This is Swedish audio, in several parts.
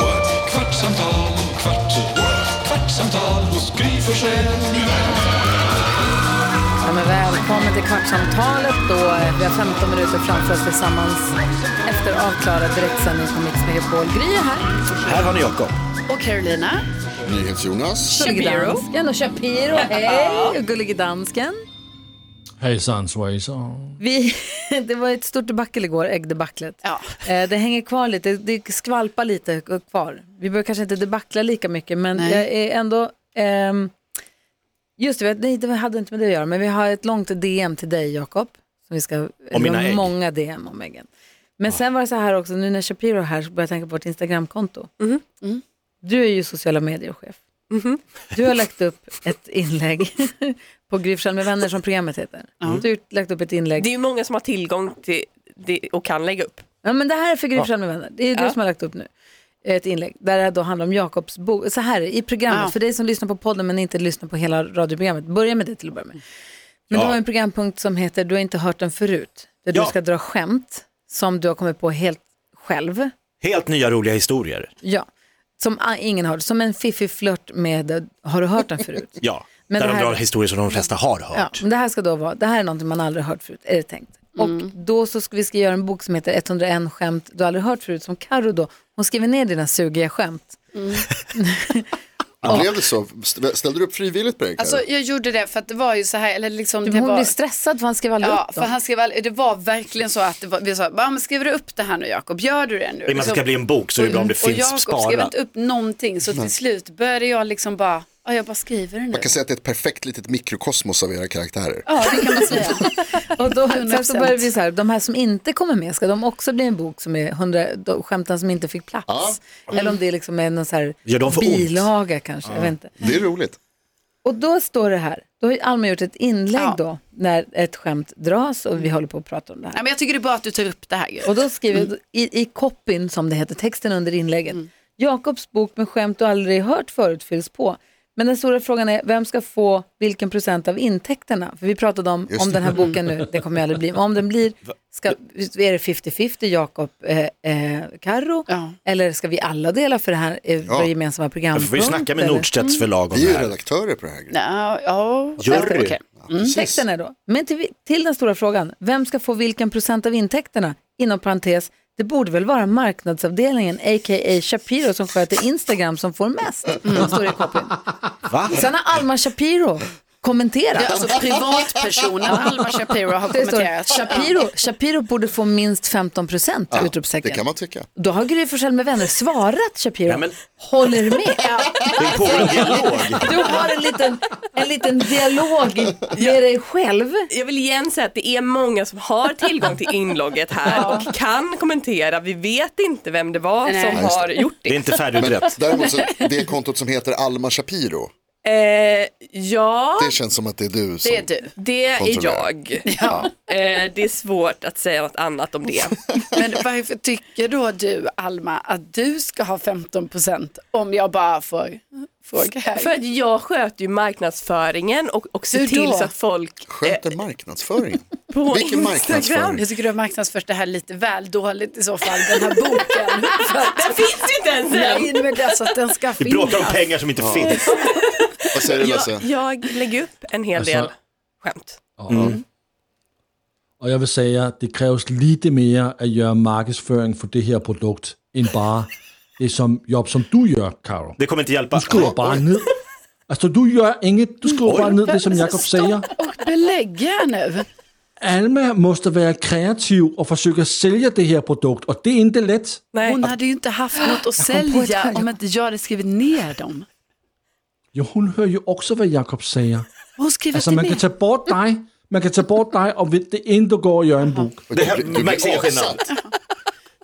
what? kvartsamtal, kvart, what? kvartsamtal hos Gry Forssell med vänner. Ja, men välkommen till Kvartsamtalet. Då. Vi har 15 minuter framför oss tillsammans efter avklarad direktsändning på Mix Megapol. Gry är här. Här har ni Jakob. Och Carolina. NyhetsJonas. Dansken och Shapiro. Hej! Och Gullige Dansken. Hejsan svejsan. Vi, det var ett stort debacle igår, äggdebaclet. Ja. Det hänger kvar lite, det skvalpar lite kvar. Vi behöver kanske inte debacla lika mycket, men Nej. jag är ändå... ehm, just det, nej, det hade inte med det att göra, men vi har ett långt DM till dig, Jakob. som Vi ska, det mina var ägg. många DM om äggen. Men sen var det så här också, nu när Shapiro är här så börjar jag tänka på vårt Instagramkonto. Mm. Du är ju sociala medier-chef. Du har lagt upp ett inlägg på Gryfsjön med vänner som programmet heter. Du har lagt upp ett inlägg. Det är ju många som har tillgång till det och kan lägga upp. Ja, men det här är för Gry Forssell med vänner. Det är du som har lagt upp nu ett inlägg där det då handlar om Jakobs bok. Så här är det, i programmet, för dig som lyssnar på podden men inte lyssnar på hela radioprogrammet, börja med det till att börja med. Men du har en programpunkt som heter Du har inte hört den förut, där Ja. du ska dra skämt som du har kommit på helt själv. Helt nya roliga historier. Ja, som a- ingen har, som en fiffig flört med eh, Har du hört den förut? Ja, Men där det de här- drar historier som de flesta har Ja, hört. men det här ska då vara, det här är någonting man aldrig hört förut, är det tänkt. Mm. Och då så ska vi ska göra en bok som heter 101 skämt du aldrig hört förut, som Karo då, hon skriver ner dina sugiga skämt. Mm. Blev det så? St- Ställde du upp frivilligt på det? Alltså Alltså, jag gjorde det för att det var ju så här, eller liksom Du, det hon var... blir stressad för han skrev aldrig Ja, upp för dem. han skrev all... det var verkligen så att det var... vi sa, "Ja, men skriver du upp det här nu Jakob, gör du det nu? I och med att det ska bli en bok så är det bra om det och finns Jakob skrev sparat. inte upp någonting så till slut började jag liksom bara, ja jag bara skriver det nu. man kan säga att det är ett perfekt litet mikrokosmos av era karaktärer. Ja, det kan man säga. Och då, sen så 100%. börjar vi så här, de här som inte kommer med, ska de också bli en bok som är 100, de- skämten som inte fick plats? Eller om det liksom är någon så här Gör de för ont? bilaga kanske, jag vet inte. Det är roligt. Och då står det här, då har ju Alma gjort ett inlägg Ja. då, när ett skämt dras och vi håller på att prata om det här. Nej, men jag tycker det är bra att du tar upp det här. Gud. Och då skriver jag i, i copyn, som det heter, texten under inlägget. Jakobs bok med skämt du aldrig hört förut fylls på. Men den stora frågan är, vem ska få vilken procent av intäkterna? För vi pratade om, om den här boken nu, det kommer ju aldrig bli. Men om den blir, ska, är det 50-50 Jakob eh, eh, Karro? Ja. Eller ska vi alla dela för det här eh, vår gemensamma Jag programpunkt? får ju snacka med eller? Nordstedts förlag om det här. Mm. Ja, ja. Jury. Okej. Texten är då, men till, till den stora frågan, vem ska få vilken procent av intäkterna? Inom parentes, det borde väl vara marknadsavdelningen, a.k.a. Shapiro, som sköter Instagram som får mest. Mm. Står det i copyn. Va? Sen har Alma Shapiro kommenterat. Ja, alltså privatpersonen Alma Shapiro har det står kommenterat. Shapiro, Shapiro borde få minst 15 procent, utropstecken. Det kan man tycka. Då har Gry Forssell med vänner svarat Shapiro, Ja, men- håller med. Det är på en dialog. Du har en liten, en liten dialog med dig själv. Jag vill igen säga att det är många som har tillgång till inlogget här och kan kommentera. Vi vet inte vem det var Nej. som har gjort Det är det. inte färdigutrett. Däremot så, det kontot som heter Alma Shapiro, Eh, ja, det känns som att det är du som... Det är du. det är Kontrollera. jag. Eh, det är svårt att säga något annat om det. Men varför tycker då du, Alma, att du ska ha 15 procent om jag bara får fråga här? För att jag sköter ju marknadsföringen och, och ser Hur till då? så att folk Sköter marknadsföringen. på Vilken Instagram. marknadsföring? jag tycker du har marknadsfört det här lite väl dåligt i så fall, den här boken. För att- Den finns ju inte ens än! Nej, men det är så att den ska Vi bråkar om finnas. pengar som inte finns. Vad säger du Jag, jag lägger upp en hel Alltså- del skämt. Och jag vill säga, det krävs lite mer att göra marknadsföring för det här produkt än bara det som jobb som du gör, Karo. Det kommer inte hjälpa. Du skriver bara ned. Alltså du gör inget, du skriver bara ned det som Jakob säger. Och belägg här nu. Alma måste vara kreativ och försöka sälja det här produkt och det är inte lätt. Nej. Hon hade ju inte haft något att på ett sälja här, om jag- inte jag hade skrivit ner dem. Ja, hon hör ju också vad Jakob säger. Hon skriver Alltså inte man kan ner. ta bort dig, man kan ta bort dig och det inte går att göra en bok. Det här märks ingen skillnad.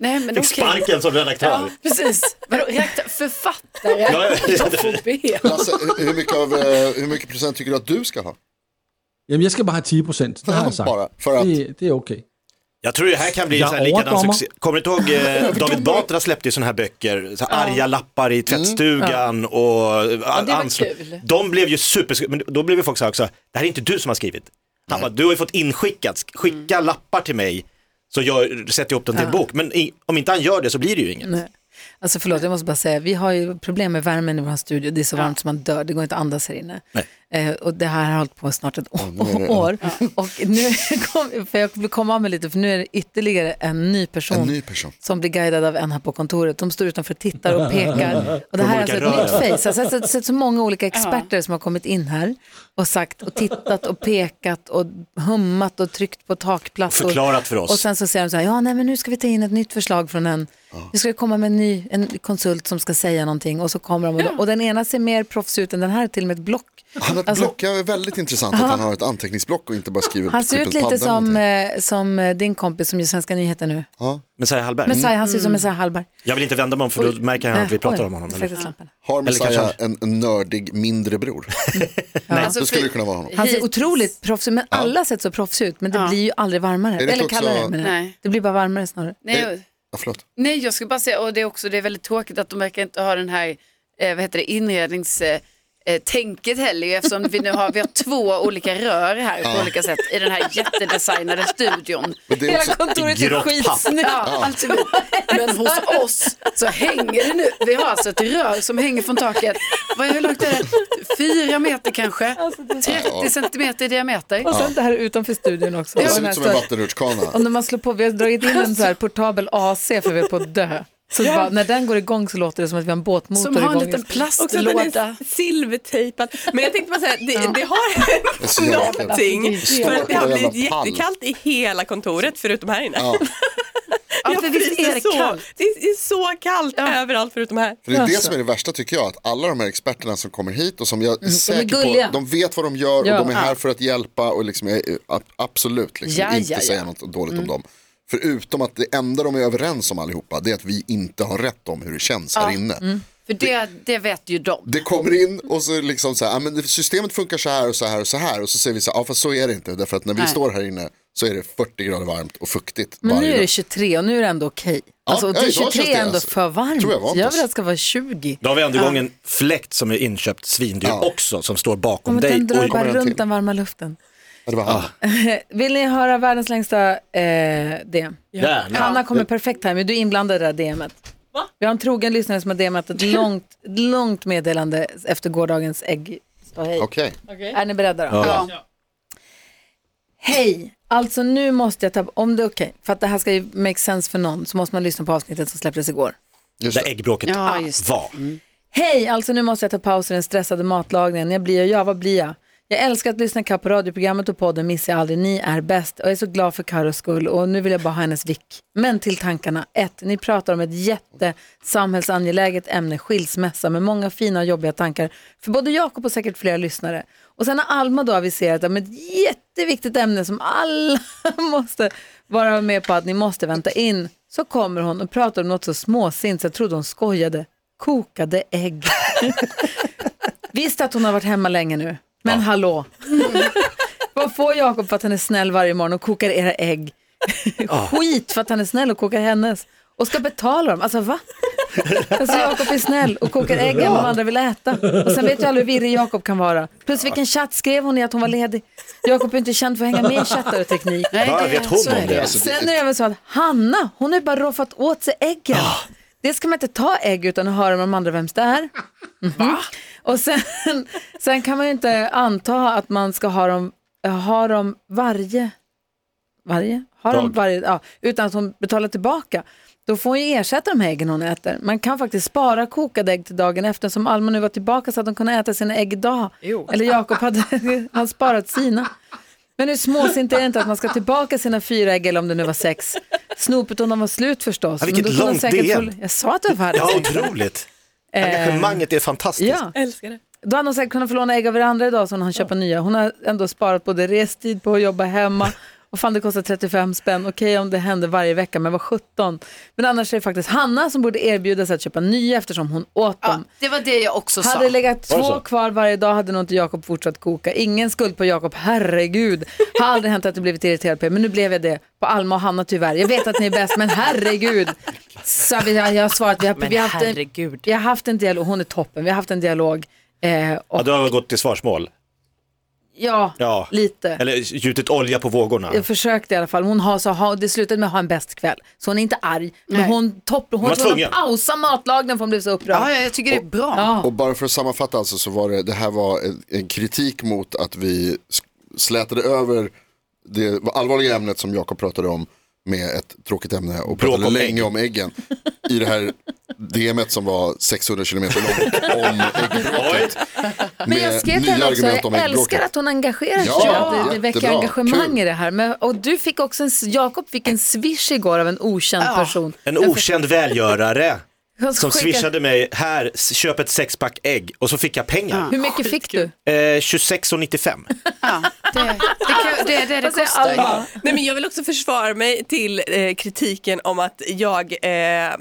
Nej, men Fick okej. sparken som redaktör. Ja, precis. Vadå, redaktör- författare? Ja, ja, det- KP? Lasse, hur- hur mycket, av, eh, hur mycket procent tycker du att du ska ha? Jamen, jeg skal bare have 10 procent, det har jeg sagt. Bare, for at- Det, det er okay. Jag tror det här kan bli Jag en sån här likadan återkommer. succé. Kommer du inte ihåg eh, David Batra släppte ju sådana här böcker, så här arga lappar i tvättstugan och eh, Mm. det var anslag. kul. De blev ju super, men då blev ju folk så här också, det här är inte du som har skrivit. Han bara, du har ju fått inskickat, skicka Mm. lappar till mig så jag sätter ihop den till en bok. Men i, om inte han gör det så blir det ju inget. Nej. Alltså förlåt, jag måste bara säga, vi har ju problem med värmen i vår studio. Det är så varmt som man dör, det går inte att andas här inne. Eh, och det här har hållit på snart ett år. Och nu kom, för jag vill komma av mig lite, för nu är det ytterligare en ny person, En ny person. som blir guidad av en här på kontoret. De står utanför och tittar och pekar. Och det här är alltså olika ett rör. nytt face. Alltså, jag har sett, sett så många olika experter som har kommit in här och sagt och tittat och pekat och hummat och tryckt på takplattor. Förklarat för oss. Och sen så säger de så här, ja nej men nu ska vi ta in ett nytt förslag från en, nu ska det komma med en ny en konsult som ska säga någonting och så kommer de och, och den ena ser mer proffs ut än den här har till och med ett block. Han har ett Alltså- block, jag är väldigt intressant att han har ett anteckningsblock och inte bara skriver Han ser typ ut en lite padda eller som, någonting. eh, som eh, din kompis som gör Svenska nyheter nu. Messiah Hallberg, Messiah, han ser ut som Messiah Hallberg. jag vill inte vända mig om för Mm. då märker han att vi Eh, pratar oj, om honom. jag eller? släckte lampan. Har Messiah kanske- en en nördig mindre bror? Alltså, Då skulle det för- kunna vara honom. Han ser otroligt proffsig ut, men alla har sett så proffsig ut, men det blir ju aldrig varmare. det inte Eller kallare, också- menar jag. Nej. Det blir bara varmare snarare. Nej, Ja, förlåt. nej, jag skulle bara säga, och det är också det är väldigt tråkigt att de verkar inte ha den här, eh, vad heter det, inrednings... Eh, eh, tänket heller ju, eftersom vi nu har, vi har två olika rör här på olika sätt i den här jättedesignade studion. Men det är Hela också, kontoret är Grått papp. skitsnyggt. Ja, allt är bra. Men hos oss så hänger det nu, vi har alltså ett rör som hänger från taket. Vad, hur långt är det? Fyra meter kanske, Alltså, 30 centimeter i diameter. Och sen det här utanför studion också. det Och den ser här ut som en står- vattenrutschkana. Om när man slår på, vi har dragit in en så här portabel AC för vi är på att dö. Så bara, när den går igång så låter det som att vi har en båtmotor Som har en igång. liten Också att den plastlåda. är silvertejpad. Men jag tänkte bara säga, det, det har Det är hänt så jävla kul. någonting. står För att det har på en blivit jävla pall. jättekallt i hela kontoret förutom här inne. Ja, Ja, för visst är det så, kallt. Det är så kallt överallt förutom här. för det är det som är det värsta tycker jag, att alla de här experterna som kommer hit och som Mm, jag är säker gulliga. på, de vet vad de gör och Ja. de är här för att hjälpa och liksom, är, är, ab- absolut liksom, Ja, inte ja, Mm. ja. säga något dåligt om dem. Förutom att det enda de är överens om allihopa, det är att vi inte har rätt om hur det känns här inne. För det, det vet ju de. Det kommer in och så liksom så här, "Ah, men det- systemet funkar så här och så här och så här och så säger vi så här, ja fast så är det inte, därför att när vi Nej. står här inne så är det 40 grader varmt och fuktigt Men nu varje är det dag. 23 och nu är det ändå okej. Alltså, och ja, det idag 23 känns det är ändå alltså. för varmt. Tror jag Jag, vant oss. vill att det ska vara 20. Då har vi ändå igång en fläkt som är inköpt svindyr också som står Ja, bakom men dig. den drar Oj. bara den runt till. den varma luften. Ja, det var han. Vill ni höra världens längsta eh, DM? Gärna. Hanna kommer perfekt här, men du är inblandad i det här DMet. Vi har en trogen lyssnare som har DMat ett långt, långt meddelande efter gårdagens ägg. Hej. Okej, Är ni beredda då? Ja. Hej, alltså nu måste jag ta, om det är okej, för att det här ska ju make sense för någon så måste man lyssna på avsnittet som släpptes igår. just Där det. äggbråket Ja, just det. var. Hej, alltså nu måste jag ta paus i den stressade matlagningen. Jag blir, ja vad blir jag? Jag älskar att lyssna kapp på radioprogrammet och podden missar jag aldrig. Ni är bäst och jag är så glad för Karos skull och nu vill jag bara ha hennes vick. Men till tankarna. Ett, Ni pratar om ett jättesamhällsangeläget ämne, skilsmässa, med många fina och jobbiga tankar för både Jakob och säkert flera lyssnare. Och sen har Alma då aviserat om ett jätteviktigt ämne som alla måste vara med på att ni måste vänta in. Så kommer hon och pratar om något så småsint så jag trodde hon skojade. Kokade ägg. Visst att hon har varit hemma länge nu, men hallå. Vad får Jakob för att han är snäll varje morgon och kokar era ägg? Skit för att han är snäll och kokar hennes. Och ska betala dem, alltså va? Alltså Jakob är snäll och kokar ägg än vad andra vill äta. Och sen vet jag aldrig hur virrig Jakob kan vara. Plus vilken chatt skrev hon i att hon var ledig? Jakob är inte känd för att hänga med i chattar och teknik. Nej, Vad det- vet hon så är om det? Alltså, Sen är det även så att Hanna, hon har ju bara roffat åt sig äggen. Ah. Det ska man inte ta ägg utan att höra med de andra vems det är. Mhm. Och sen, sen kan man ju inte anta att man ska ha dem, ha dem varje, varje, ha dem Dag. varje ja, utan att hon betalar tillbaka. Då får hon ju ersätta de här äggen hon äter. Man kan faktiskt spara kokade ägg till dagen efter som Alma nu var tillbaka så att hon kunde äta sina ägg idag. Eller Jakob hade han sparat sina. Men hur småsint är det inte att man ska tillbaka sina fyra ägg, eller om det nu var sex. Snopet om de var slut förstås. Ja, vilket men då kunde de långt säkert DM. få- Jag sa att det var världens Ja, längsta. otroligt. Engagemanget är fantastiskt. Eh. Ja. Älskar det. Då hade hon säkert kunnat få låna ägg av varandra idag så hon hann köpa nya. Hon har ändå sparat både restid på att jobba hemma Och fan det kostar 35 spänn, okej om det händer varje vecka men var 17. Men annars är det faktiskt Hanna som borde erbjuda sig att köpa nya eftersom hon åt Ja, dem. det var det jag också sa. Alltså, Hade det legat Var det två så? kvar varje dag hade nog inte Jakob fortsatt koka. Ingen skuld på Jakob, herregud. Har aldrig hänt att du blivit irriterad på er, men nu blev jag det på Alma och Hanna tyvärr. Jag vet att ni är bäst, men herregud. Så vi, jag har svarat, vi har, Men vi har, haft, en, herregud. vi har haft en dialog, hon är toppen, vi har haft en dialog. Eh, Ja, och, du har gått till svarsmål. ja, Ja. lite. Eller gjutit olja på vågorna. Jag försökte i alla fall. Hon har så, ha, det slutade med att ha en bäst kväll. Så hon är inte arg. Men Nej. hon topp, hon var var tvungen tvungen. att pausa matlagningen för hon blev så upprörd. Ja, ja, jag tycker det är bra. Ja. Och bara för att sammanfatta alltså så var det, det här var en, en kritik mot att vi s- slätade över det allvarliga ämnet som Jakob pratade om med ett tråkigt ämne och pratade om länge ägg. om äggen i det här DMet som var 600 kilometer långt om äggbråket. Men jag Med skrev till nya henne också, argument om jag älskar äggbråket. att hon engagerar sig. Ja, att det, det väcker jättebra. engagemang Kul. i det här. Men, och du fick också en, s- Jakob fick en swish igår av en okänd person. En okänd välgörare Han som skickade- swishade mig, här, s- köp ett sexpack ägg och så fick jag pengar. Hur mycket fick du? Eh, 26,95. Ja, det, det, kan- det är det det Vad säger kostar. Alma? Nej, men jag vill också försvara mig till eh, kritiken om att jag eh,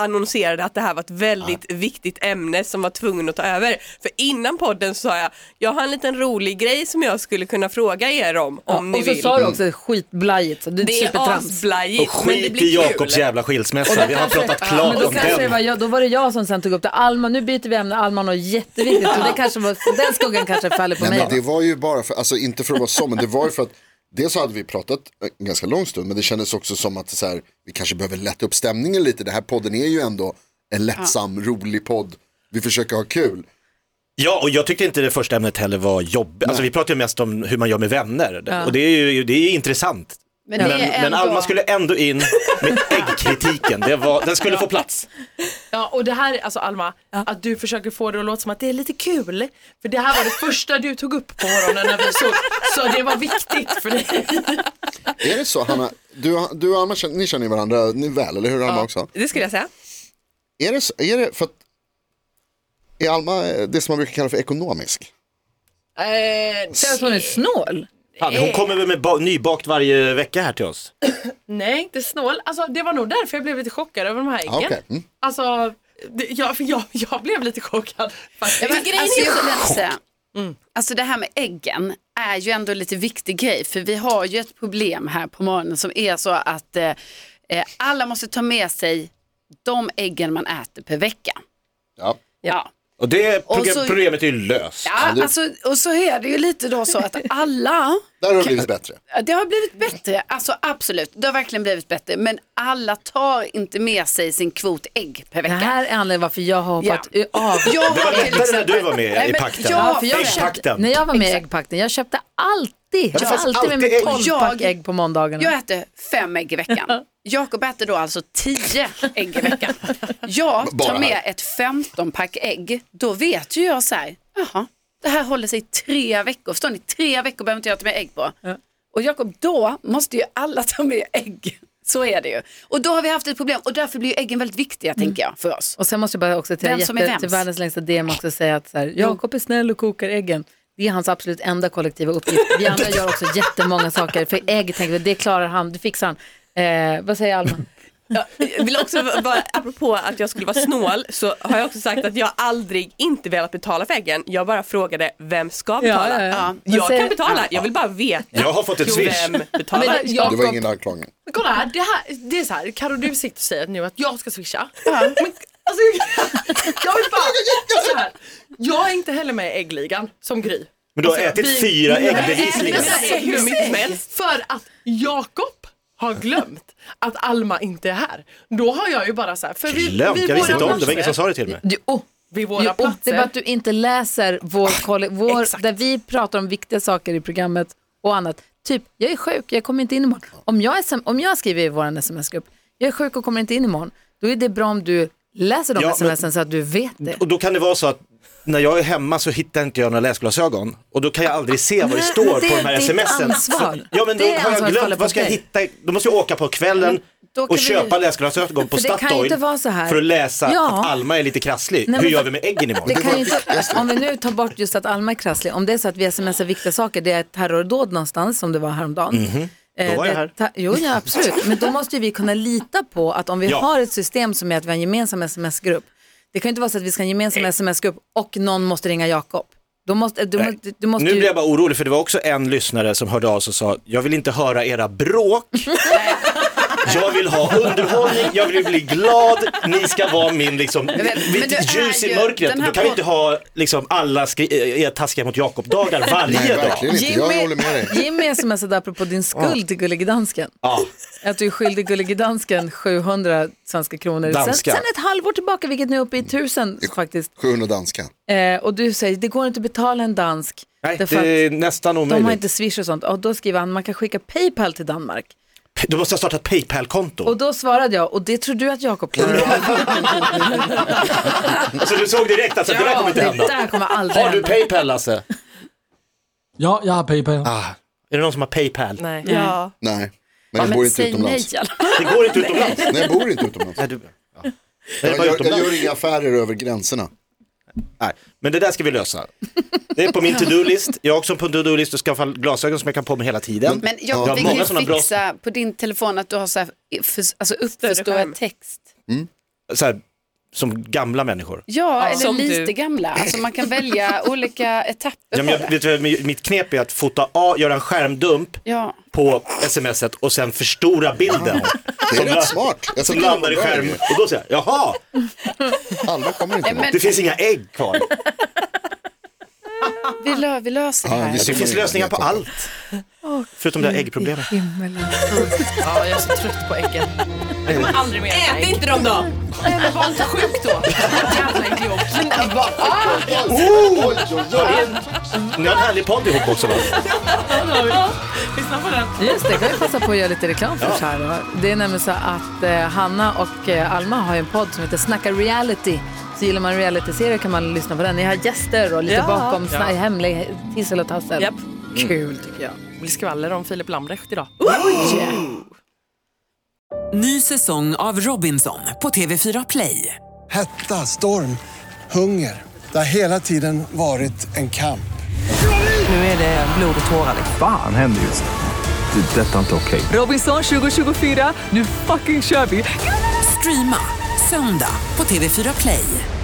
annonserade att det här var ett väldigt viktigt ämne som var tvungen att ta över. För innan podden så sa jag, jag har en liten rolig grej som jag skulle kunna fråga er om, Ja, om ni och så vill. sa du också skitblajigt, så du det är supertrams. Och asblajigt men det skit i blir kul. Jakobs jävla skilsmässa, vi har pratat Ja, men klart då, om kanske det var den. jag, då var det jag som sen tog upp det. Alma, nu byter vi ämne, Alma har något jätteviktigt. Och det kanske var, den skuggan kanske faller på Nej, mig. men det var ju bara för, alltså inte för att vara så, men det var ju för att dels hade vi pratat en ganska lång stund, men det kändes också som att så här, vi kanske behöver lätta upp stämningen lite. Det här podden är ju ändå en lättsam, rolig podd. Vi försöker ha kul. Ja, och jag tyckte inte det första ämnet heller var jobbigt. Alltså vi pratade ju mest om hur man gör med vänner och det är ju det är ju intressant. Men, Men, det är men ändå... Alma skulle ändå in med äggkritiken, det var, den skulle få plats. Ja, och det här, alltså Alma, att du försöker få det att låta som att det är lite kul. För det här var det första du tog upp på morgonen när vi såg. Så det var viktigt för dig. Är det så Hanna, du, du och Alma, känner- ni känner ju varandra ni väl, eller hur Alma också? Det skulle jag säga. Är det, så, är det för att, är Alma eh, det som man brukar kalla för ekonomisk? Känns som hon är snål. Fan, hon kommer väl med ba- nybakt varje vecka här till oss. Nej, inte snål. Alltså, det var nog därför jag blev lite chockad över de här äggen. Ah, okej. Mm. Alltså, det, jag, för jag, jag blev lite chockad faktiskt. Men, alltså, jag vill ändå säga, Mm. alltså det här med äggen är ju ändå lite viktig grej för vi har ju ett problem här på morgonen som är så att eh, eh, alla måste ta med sig de äggen man äter per vecka. Ja. Ja. Och det Och proge- så- problemet är ju löst. Ja, alltså, och så är det ju lite då så att alla Där har det blivit bättre. Ja, Det har blivit bättre, alltså absolut. Det har verkligen blivit bättre. Men alla tar inte med sig sin kvot ägg per Det vecka. här är anledningen varför jag har hoppat av. Jag Det var till lättare när exempel- du var med liksom. Nej, i men pakten. Ja, för jag jag Äggpakten. köpte, köpte, när jag var med i äggpakten, jag köpte alltid, jag det var fanns alltid med mig alltid ägg. 12-pack Jag- ägg på måndagarna. jag äter fem ägg i veckan. Jakob äter då alltså tio ägg i veckan. Jag Bara tar här. med ett 15-pack ägg. Då vet ju jag så här, jaha, det här håller sig i tre veckor. Förstår ni? Tre veckor behöver inte jag ta med ägg på. Och Jakob, då måste ju alla ta med ägg. Så är det ju. Och då har vi haft ett problem och därför blir ju äggen väldigt viktiga tänker jag för oss. Och sen måste jag bara också till, Vem som är jätte, vems? till världens längsta DM också säga att så här, Jakob är snäll och kokar äggen. Det är hans absolut enda kollektiva uppgift. Vi andra gör också jättemånga saker. För ägg tänker vi, det klarar han, det fixar han. Eh, vad säger Alma? Ja, Jag vill också, bara, apropå att jag skulle vara snål, så har jag också sagt att jag aldrig inte velat betala för äggen. Jag bara frågade, vem ska betala? ja, ja. Men Jag säg- kan betala, jag vill bara veta. Jag har fått ett Jo, swish. Vem betalar? Men Det var Jakob, ingen anklagelse. Men kolla här, det, här, det är så här, Karo du sitter och säger nu att jag ska swisha. Ja. Men, alltså, jag vill bara, så här, jag är inte heller med i äggligan som Gry. Men du har Alltså, ätit vi- fyra ägg Nej, bevisligen. men det är hur mycket som helst. För att Jakob har glömt att Alma inte är här. Då har jag ju bara så här, för vi, Glömt, vid jag visste våra inte om det, det var platser- ingen som sa det till mig. du, oh, Vid jo, våra oh, det är bara platser. att du inte läser vår, kolle- vår Exakt. där vi pratar om viktiga saker i programmet och annat. Typ, jag är sjuk, jag kommer inte in imorgon. Om jag, SM, om jag skriver i vår sms-grupp, jag är sjuk och kommer inte in imorgon, då är det bra om du läser de Ja, men- smsen så att du vet det. Och då kan det vara så att när jag är hemma så hittar inte jag några läsglasögon och då kan jag aldrig se vad det står på det de är här ditt smsen. ansvar. Ja men då Det är har jag ansvaret faller glömt, på vad ska jag dig. hitta? Då måste jag åka på kvällen då kan och vi- köpa läsglasögon på För det kan ju Statoil inte vara så här. för att läsa Ja. att Alma är lite krasslig. Nej, Hur men- gör vi med äggen Det imorgon? kan ju inte, om vi nu tar bort just att Alma är krasslig, om det är så att vi smsar viktiga saker, det är ett terrordåd någonstans som det var häromdagen, Eh, Mhm. Då var jag det- här. ta- Jo, ja, absolut. Men då måste ju vi kunna lita på att om vi Ja. har ett system som är att vi har en gemensam sms-grupp. Det kan ju inte vara så att vi ska ha en gemensam sms-grupp och någon måste ringa Jakob. Då måste, du, Nej. måste, du måste nu ju... blir jag bara orolig för det var också en lyssnare som hörde av sig och sa, jag vill inte höra era bråk. Jag vill ha underhållning, jag vill bli glad, ni ska vara min liksom, vet, men du mitt är ljus ju- i mörkret. den här Då kan vi pod- inte ha liksom, alla skri- eh, taskiga mot Jakob-dagar varje Nej, dag. verkligen inte. Jag Jimmy- håller med dig. Jimmy smsade apropå din skuld till Gullige Dansken. Ja. Att du är skyldig Gullige Dansken 700 svenska kronor. Sen, Danska. sen ett halvår tillbaka, vilket nu är uppe i 1000 faktiskt. 700 danska. Eh, och du säger, det går inte att betala en dansk. Nej, därför det att är nästan de har omöjligt. inte Swish och sånt. Och då skriver han, man kan skicka Paypal till Danmark. Du måste ha startat Paypal-konto. Och då svarade jag, och det tror du att Jakob klarar Så du såg direkt att det där kommer inte Det hända. där kommer aldrig Har du hända. Paypal Lasse? Ja, jag har Ah, Paypal. Är det någon som har Paypal? Nej. Ja. Nej, men Ja, jag bor men inte säg nej utomlands. i alla Det går inte utomlands. Nej, jag bor inte utomlands. Nej, du... ja. Är det Jag, jag, bara jag utomlands? gör inga affärer över gränserna. Nej, men det där ska vi lösa. Det är på min to-do-list. Jag har också en på to-do-list att skaffa glasögon som jag kan på mig hela tiden. Men jag jag har vi kan många ju sådana bra fixa på din telefon att du har så här, för, alltså uppförstorad skärm. text. Mm. så här, som gamla människor. Ja, eller Som lite du. gamla. Alltså man kan välja olika etapper Ja, men på jag, det. vet du, vad mitt knep är att fota A, göra en skärmdump Ja. på smset och sen förstora bilden Det är rätt smart. Jag som tycker det var landar i bra. skärmen. Och då säger jag, jaha, Alla kommer inte med. Men det finns inga ägg kvar. vi, lö- vi löser det Ja, här. vi Det finns lösningar på allt. Förutom det här äggproblemet. Ja, jag är så trött på äggen. Jag kommer aldrig mer äta Ät ägg. inte dem då! Nej, men var inte sjuk då. Jävla idiot. Oh! Ni har en härlig podd ihop också va? Lyssna på den. Just det, kan vi passa på att göra lite reklam för oss här då. Det är nämligen så att eh, Hanna och eh, Alma har ju en podd som heter Snacka reality. Så gillar man realityserier kan man lyssna på den. Ni har gäster och lite Ja. bakom ja. hemlig tissel och tassel. Japp. Kul tycker jag. Det blir skvaller om Filip Lambrecht idag. Ny säsong av Robinson på TV4 Play. Hetta, storm, hunger. Det har hela tiden varit en kamp. Nu är det blod och tårar. liksom. Fan händer just det. Det är detta inte okej. Robinson 2024, nu fucking kör vi! Streama söndag på TV4 Play.